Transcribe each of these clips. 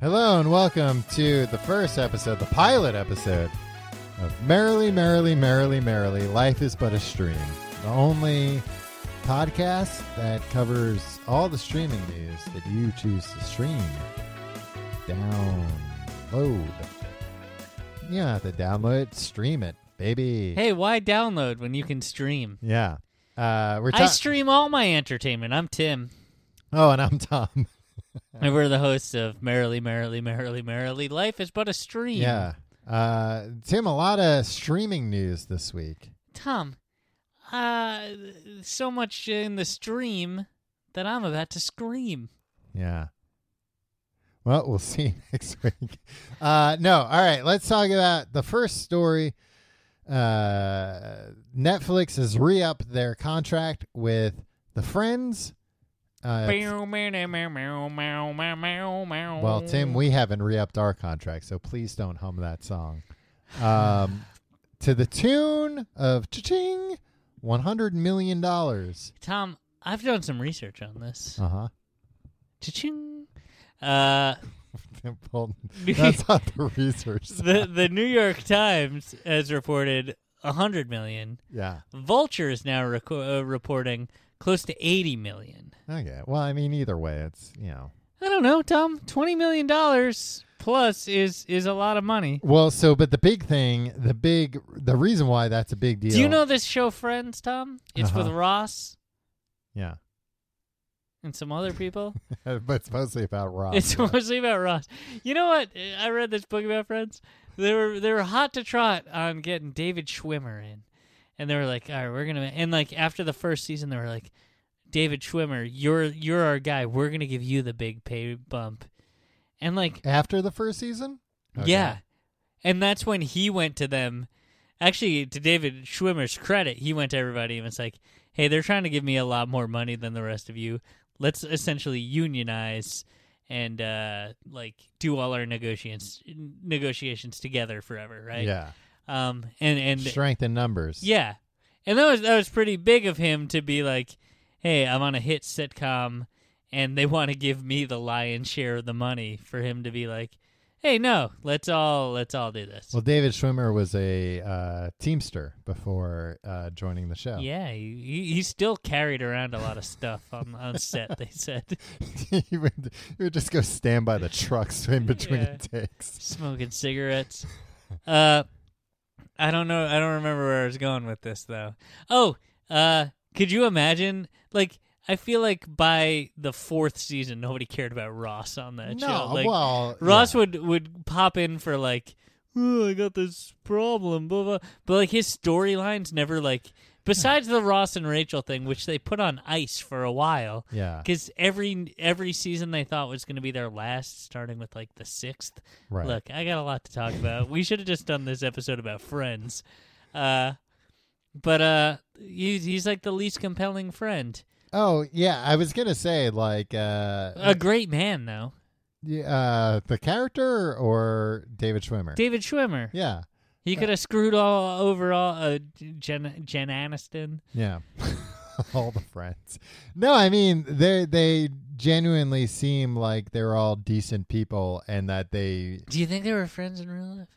Hello and welcome to the first episode, the pilot episode of Merrily, Merrily, Merrily, Merrily, Life is But a Stream, the only podcast that covers all the streaming news that you choose to stream. Download. You don't have to download it, stream it, baby. Hey, why download when you can stream? Yeah. Uh, we're I ta- stream all my entertainment. I'm Tim, Oh, and I'm Tom. and we're the hosts of Merrily, Merrily, Merrily, Merrily. Life is but a stream. yeah. Uh, Tim, a lot of streaming news this week. Tom, uh, so much in the stream that I'm about to scream. Yeah. Well, we'll see next week. Uh, no, all right. Let's talk about the first story. Uh, Netflix has re upped their contract with the Friends. Uh, it's- well, Well, Tim, we haven't re upped our contract, so please don't hum that song. Um, to the tune of cha-ching, $100 million. Uh Tom, I've done some research on this. huh. Cha-ching. Uh, That's not the research. the the New York Times has reported a hundred million. Yeah. Vulture is now reco- uh, reporting close to 80 million. Okay. Well, I mean, either way, it's you know. I don't know, Tom. 20 million dollars plus is is a lot of money. Well, so but the big thing, the big, the reason why that's a big deal. Do you know this show Friends, Tom? It's Uh-huh. with Ross Yeah, and some other people. but it's mostly about Ross. it's Oh, yeah. mostly about Ross. You know what? I read this book about Friends. They were they were hot to trot on getting David Schwimmer in. And they were like, "All right, we're going to and like after the first season they were like, "David Schwimmer, you're you're our guy. We're going to give you the big pay bump." And like after the first season. Okay. Yeah. And that's when he went to them. Actually, to David Schwimmer's credit, he went to everybody and was like, hey, they're trying to give me a lot more money than the rest of you. Let's essentially unionize and uh, like do all our negotiations negotiations together forever, right? yeah, Um and and strength in numbers. yeah. And that was that was pretty big of him to be like, "Hey, I'm on a hit sitcom and they want to give me the lion's share of the money." For him to be like, "Hey, no, let's all let's all do this." Well, David Schwimmer was a uh, teamster before uh, joining the show. yeah, he, he- he still carried around a lot of stuff on, on set, they said. he, would, he would just go stand by the trucks in between Yeah. takes. Smoking cigarettes. Uh I don't know, I don't remember where I was going with this though. Oh, uh could you imagine like I feel like by the fourth season nobody cared about Ross on that no, show. Uh, Like well, Ross yeah. would would pop in for like, oh, I got this problem, blah blah. But like his storylines never like. Besides the Ross and Rachel thing, which they put on ice for a while, yeah, because every every season they thought was going to be their last, starting with like the sixth. right. Look, I got a lot to talk about. we should have just done this episode about Friends, uh, but uh, he, he's like the least compelling friend. Oh yeah, I was gonna say like uh, A great man though, Yeah, uh, the character or David Schwimmer? David Schwimmer. yeah, He could have screwed all over all uh, Jen Jen Aniston. yeah. all the friends. No, I mean they they genuinely seem like they're all decent people, and that they. Do you think they were friends in real life?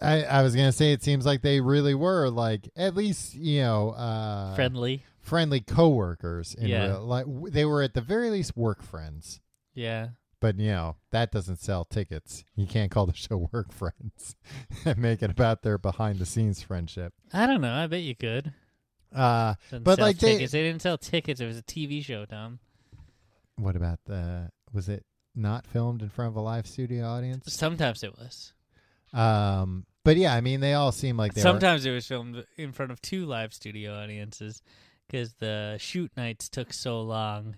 I, I was gonna say it seems like they really were like at least you know uh, Friendly. friendly coworkers. In Yeah. real, like w- they were at the very least work friends. Yeah. But you know that doesn't sell tickets. You can't call the show work friends and make it about their behind the scenes friendship. I don't know. I bet you could. Uh, Didn't But, sell like, they- tickets. They... didn't sell tickets. It was a TV show, Tom. What about the? Was it not filmed in front of a live studio audience? Sometimes it was. Um, but yeah, I mean, they all seem like they Sometimes it was filmed in front of two live studio audiences because the shoot nights took so long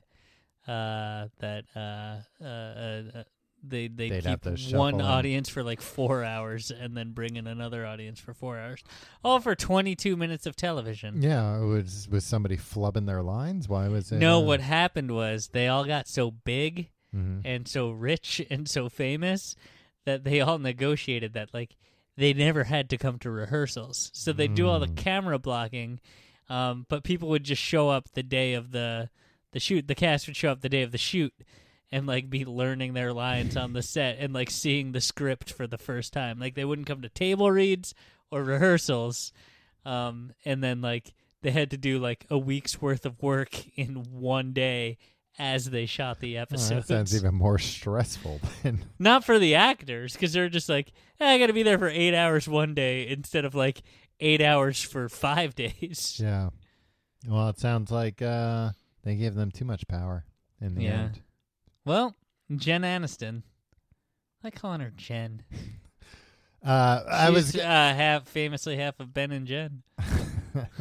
uh, that uh, uh, uh, uh, they they They'd have keep to shuffle one in. audience for like four hours and then bring in another audience for four hours, all for twenty two minutes of television. were. Yeah, it was was somebody flubbing their lines? Why was it? uh, No, what happened was they all got so big hmm and so rich and so famous that they all negotiated that like they never had to come to rehearsals. So they do all the Mm. camera blocking, um, but people would just show up the day of the the shoot. The cast would show up the day of the shoot, and like be learning their lines on the set and like seeing the script for the first time. Like they wouldn't come to table reads or rehearsals. Um, and then like they had to do like a week's worth of work in one day as they shot the Oh, episode. that sounds even more stressful than Not for the actors because they're just like, "Eh, I got to be there for eight hours one day instead of like eight hours for five days. yeah. Well, it sounds like uh, they gave them too much power in the Yeah. end. Well, Jen Aniston. I like calling her Jen. Uh, I She's, was uh, half famously half of Ben and Jen.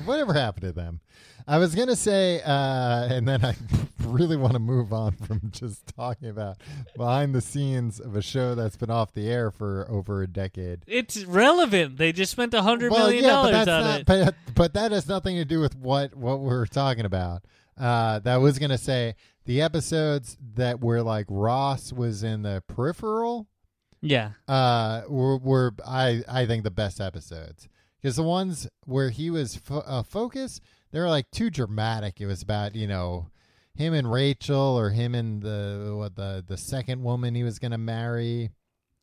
Whatever happened to them? I was gonna say, uh, and then I really want to move on from just talking about behind the scenes of a show that's been off the air for over a decade. It's relevant. They just spent a hundred well, million yeah, but dollars that's on not, it. But, but that has nothing to do with what what we're talking about. Uh, that was gonna say the episodes that were like Ross was in the peripheral yeah, uh were, were I I think the best episodes because the ones where he was fo- uh, focused they were like too dramatic. It was about you know him and Rachel or him and the what the the second woman he was gonna marry,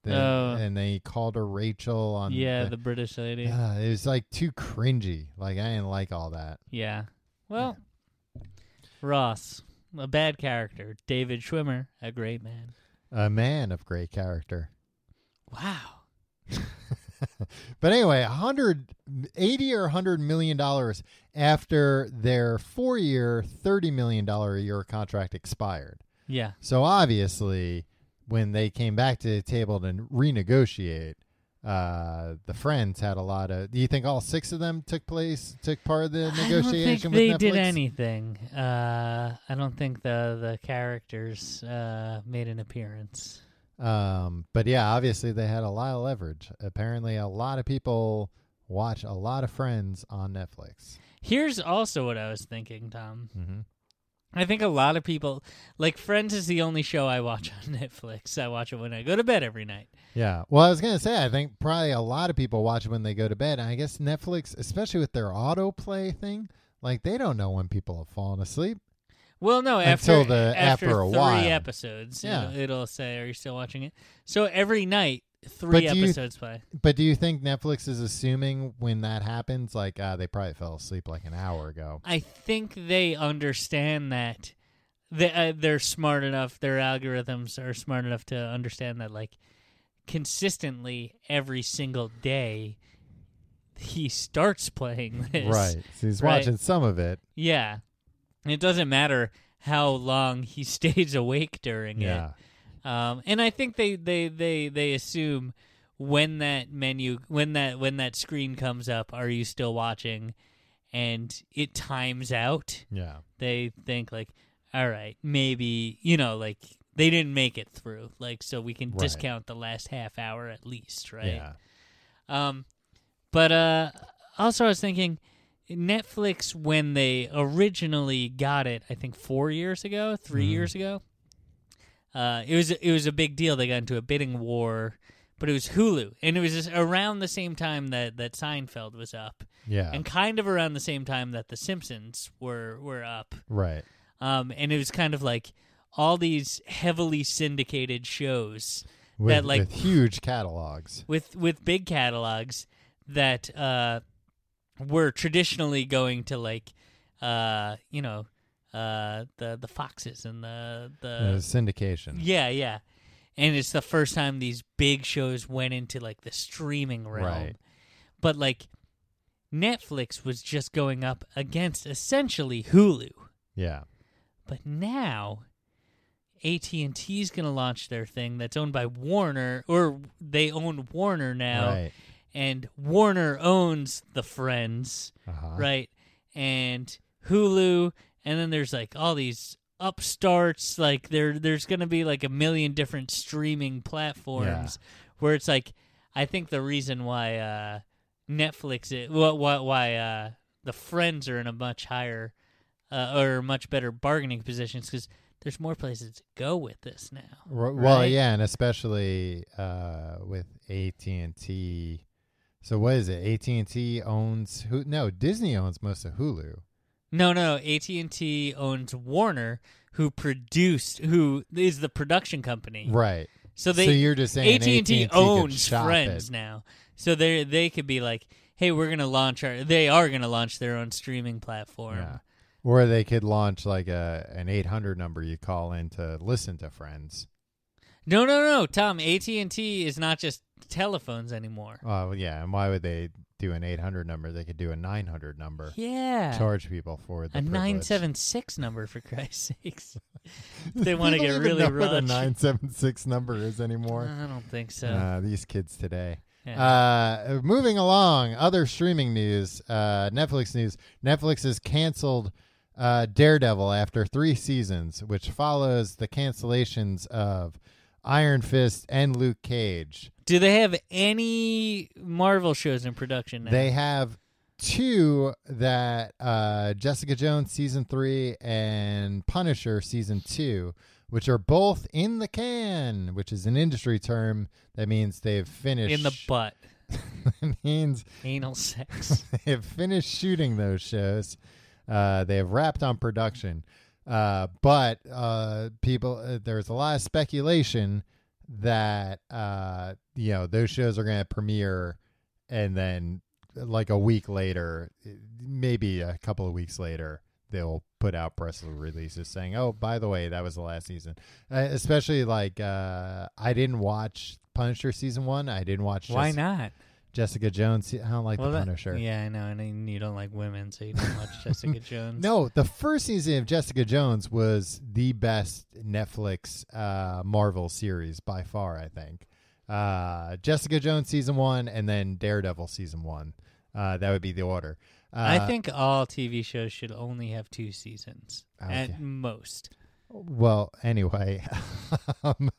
the, Oh. and they called her Rachel on yeah, the- the, British lady. Yeah. Ah, it was like too cringy. Like I didn't like all that. Well, Ross, a bad character. David Schwimmer, a great man. A man of great character. Wow. But anyway, 180 or 100 million dollars after their 4-year, 30 million dollar a year contract expired. Yeah. So obviously, when they came back to the table to renegotiate, uh, the friends had a lot of. Do you think all six of them took place, took part of the negotiation? I don't think they with did Netflix? anything. Uh, I don't think the the characters uh, made an appearance. Um, but yeah, obviously they had a lot of leverage. Apparently, a lot of people watch a lot of Friends on Netflix. Here's also what I was thinking, Tom. Mm-hmm. I think a lot of people like Friends is the only show I watch on Netflix. I watch it when I go to bed every night. Yeah. Well, I was gonna say, I think probably a lot of people watch it when they go to bed. And I guess Netflix, especially with their autoplay thing, like they don't know when people have fallen asleep. Well, no, after Until the- after, after a three while. episodes, Yeah. it'll, it'll say, "Are you still watching it?" So every night, But three do you- episodes play. But do you think Netflix is assuming when that happens, like uh, they probably fell asleep like an hour ago? I think they understand that they uh, they're smart enough. Their algorithms are smart enough to understand that, like consistently every single day, he starts playing this. Right. So he's Right. watching some of it. Yeah. It doesn't matter how long he stays awake during Yeah. it. Um, and I think they, they, they, they assume when that menu when that when that screen comes up, are you still watching? And it times out. Yeah. They think like, all right, maybe you know, like they didn't make it through. Like so we can Right. discount the last half hour at least, right? Yeah. Um, but uh, also I was thinking, Netflix when they originally got it, I think four years ago, 3 Mhm. years ago, uh, it was it was a big deal. They got into a bidding war, but it was Hulu, and it was just around the same time that that Seinfeld was up, Yeah. and kind of around the same time that The Simpsons were were up. right. Um, and it was kind of like all these heavily syndicated shows With, like- with huge catalogs. with with big catalogs that uh, were traditionally going to like uh, you know uh, the the foxes and the Uh, the syndication. yeah yeah, and it's the first time these big shows went into like the streaming realm, Right. but like Netflix was just going up against essentially Hulu, Yeah. but now AT&T is going to launch their thing that's owned by Warner or they own Warner now Right. and Warner owns the Friends, Uh-huh. right? And Hulu, and then there's like all these upstarts. Like there, there's gonna be like a million different streaming platforms where it's like, I think the reason why uh, Netflix, i- why why, why uh, the Friends are in a much higher uh, or much better bargaining positions because there's more places to go with this now. R- Well, right? yeah, and especially uh, with AT and T. So what is it? AT and T owns who? No, Disney owns most of Hulu. No, no, AT and T owns Warner, who produced, who is the production company. Right. so So they you're just saying AT and T owns friends Friends now. So they they could be like, hey, we're gonna launch our. They are gonna launch their own streaming platform. Yeah. Or they could launch like a an 800 number you call in to listen to friends. No, no, no, Tom. AT and T is not just telephones anymore. Oh yeah, and why would they do an 800 number? They could do a 900 number. Yeah. Charge people for the a privilege. nine seven six number for Christ's sakes. they wanna People get even really know what a raunchy. 976 number is anymore. I don't think so. Uh, these kids today. Yeah. Uh, moving along, other streaming news, uh, Netflix news. Netflix has canceled uh, Daredevil after three seasons, which follows the cancellations of Iron Fist and Luke Cage. Do they have any Marvel shows in production now? They have two that uh, Jessica Jones season three and Punisher season two, which are both in the can, which is an industry term that means they've finished. in the butt. it means Anal sex. they have finished shooting those shows. Uh, they have wrapped on production, uh, but uh, people uh, there's a lot of speculation that uh, you know those shows are going to premiere, and then like a week later, maybe a couple of weeks later, they'll put out press releases saying, "Oh, by the way, that was the last season." Uh, especially like uh, I didn't watch Punisher season one. I didn't watch Why Jessica- not? Jessica Jones. I don't like Well, the that- Punisher. Yeah, I know. And then you don't like women, so you don't watch Jessica Jones. No, the first season of Jessica Jones was the best Netflix uh, Marvel series by far. I think uh, Jessica Jones season one, and then Daredevil season one. Uh, that would be the order. Uh, I think all TV shows should only have two seasons Ah, Okay. at most. Well, anyway, um,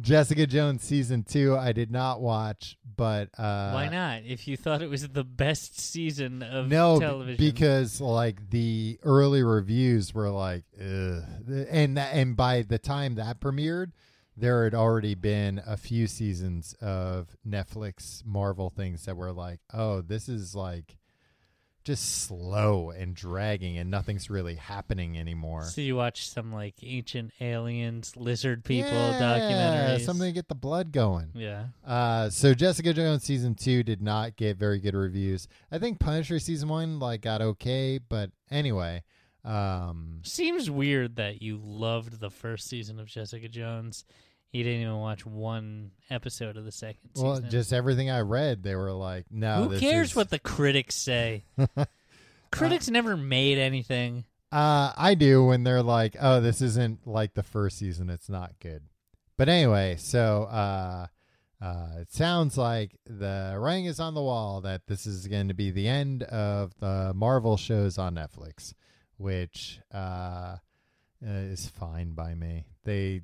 Jessica Jones season two, I did not watch, but uh, Why not? If you thought it was the best season of no, b- television, because like the early reviews were like, Ugh. and tha- and by the time that premiered, there had already been a few seasons of Netflix Marvel things that were like, oh, this is like just slow and dragging, and nothing's really happening anymore. so you watch some like ancient aliens, lizard people yeah, documentaries. something to get the blood going. Yeah, Uh, so Jessica Jones season two did not get very good reviews. I think Punisher season one like got okay, but anyway, um, seems weird that you loved the first season of Jessica Jones. You didn't even watch one episode of the second well, season. just everything I read, they were like, no, Who this cares is- what the critics say? critics never made anything. Uh, I do when they're like, oh, this isn't like the first season. It's not good. But anyway, so uh, uh, it sounds like the writing is on the wall that this is going to be the end of the Marvel shows on Netflix, which uh, is fine by me. They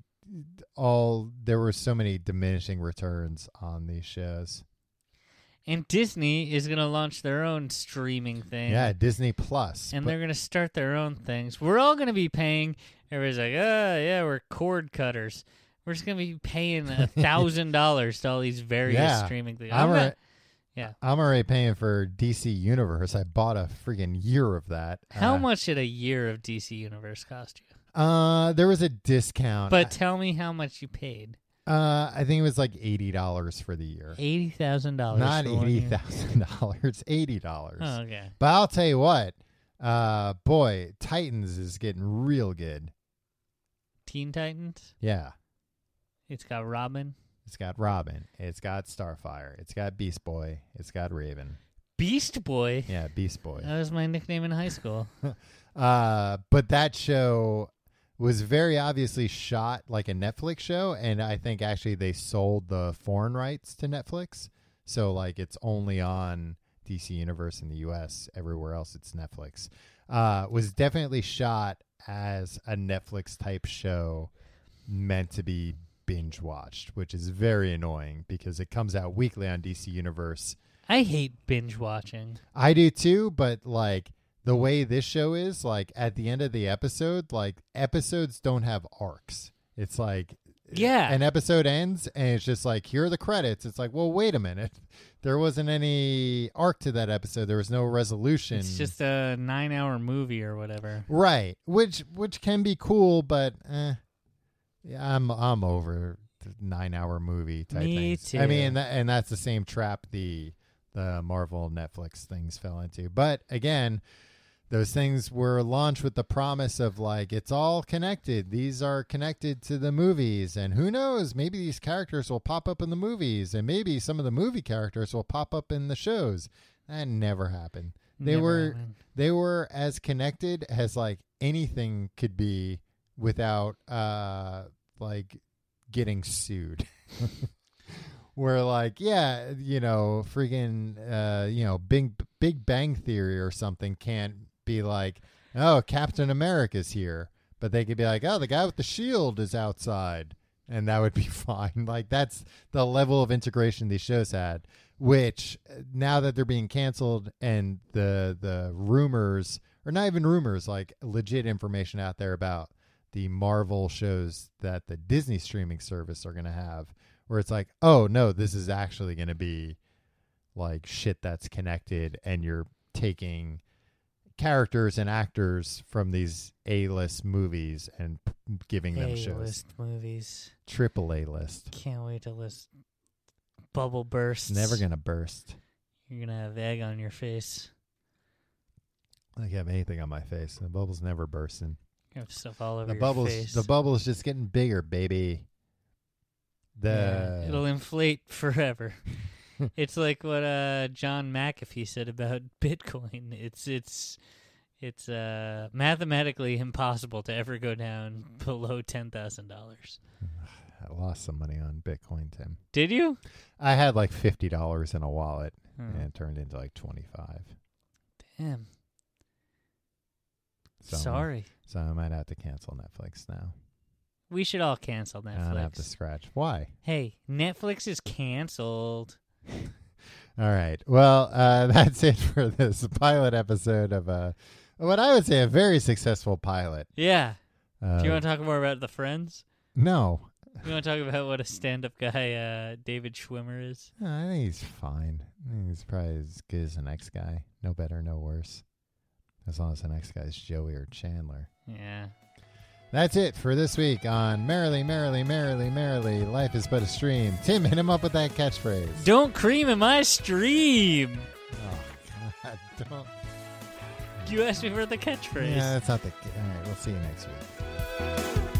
all there were so many diminishing returns on these shows. And Disney is going to launch their own streaming thing. yeah, Disney Plus, and but- they're going to start their own things. We're all going to be paying. Everybody's like, oh, yeah, we're cord cutters. We're just going to be paying a thousand dollars to all these various Yeah. streaming things. I'm I'm already, not- yeah. I'm already paying for DC Universe. I bought a freaking year of that. how Uh, much should a year of DC Universe cost you? Uh, there was a discount, But tell me how much you paid. uh, I think it was like eighty dollars for the year. Eighty thousand dollars. Not eighty thousand dollars, eighty dollars. Oh, okay. But I'll tell you what, uh, boy, Titans is getting real good. Teen Titans. Yeah, It's got Robin. it's got Robin, it's got Starfire, it's got Beast Boy, it's got Raven. Beast Boy. Yeah, Beast Boy. That was my nickname in high school. Uh, but that show was very obviously shot like a Netflix show, and I think actually they sold the foreign rights to Netflix, so like it's only on DC Universe in the U.S. Everywhere else, it's Netflix. Uh, was definitely shot as a Netflix type show meant to be binge watched, which is very annoying because it comes out weekly on DC Universe, I hate binge watching. I do too, but like the way this show is, like at the end of the episode, like episodes don't have arcs. It's like Yeah. an episode ends and it's just like here are the credits. It's like, well, wait a minute, there wasn't any arc to that episode. There was no resolution. It's just a nine hour movie or whatever. right, which which can be cool, but eh, yeah, I'm I'm over nine hour movie type Me things. I mean, too. and, that, and that's the same trap the the Marvel Netflix things fell into. But again. Those things were launched with the promise of like it's all connected. These are connected to the movies, and who knows? Maybe these characters will pop up in the movies, and maybe some of the movie characters will pop up in the shows. That never happened. They Never were happened. they were as connected as like anything could be without uh like getting sued. Where like yeah, you know, freaking uh, you know, Big Big Bang Theory or something can't be like, oh, Captain America's here, but they could be like, oh, the guy with the shield is outside, and that would be fine. Like that's the level of integration these shows had. Which uh, now that they're being canceled and the the rumors, or not even rumors, like legit information out there about the Marvel shows that the Disney streaming service are going to have, where it's like, oh no, this is actually going to be like shit that's connected, and you're taking characters and actors from these A-list movies and p- giving them shows. A-list movies. Triple A-list. Can't wait to list bubble bursts. It's never gonna burst. You're gonna have egg on your face. I can have anything on my face. The bubble's never bursting. You have stuff all over The your bubble's face. the bubble is just getting bigger, baby. The Yeah, it'll inflate forever. it's like what uh, John McAfee said about Bitcoin. It's it's it's uh, mathematically impossible to ever go down below ten thousand dollars. I lost some money on Bitcoin, Tim. Did you? I had like fifty dollars in a wallet Hmm. and it turned into like twenty five. Damn. So Sorry. So I might have to cancel Netflix now. We should all cancel I don't have Netflix. to scratch. Why? hey, Netflix is canceled. All right. Well, uh, that's it for this pilot episode of uh, what I would say a very successful pilot. Yeah. Uh, Do you want to talk more about the Friends? no, You want to talk about what a stand-up guy uh, David Schwimmer is? No, I think he's fine. I think he's probably as good as the next guy. No better, no worse. As long as the next guy's Joey or Chandler. Yeah. That's it for this week on Merrily, Merrily, Merrily, Merrily. Life is but a stream. Tim, hit him up with that catchphrase. Don't cream in my stream. Oh, God. Don't. You asked me for the catchphrase. Yeah, that's not the. All right, we'll see you next week.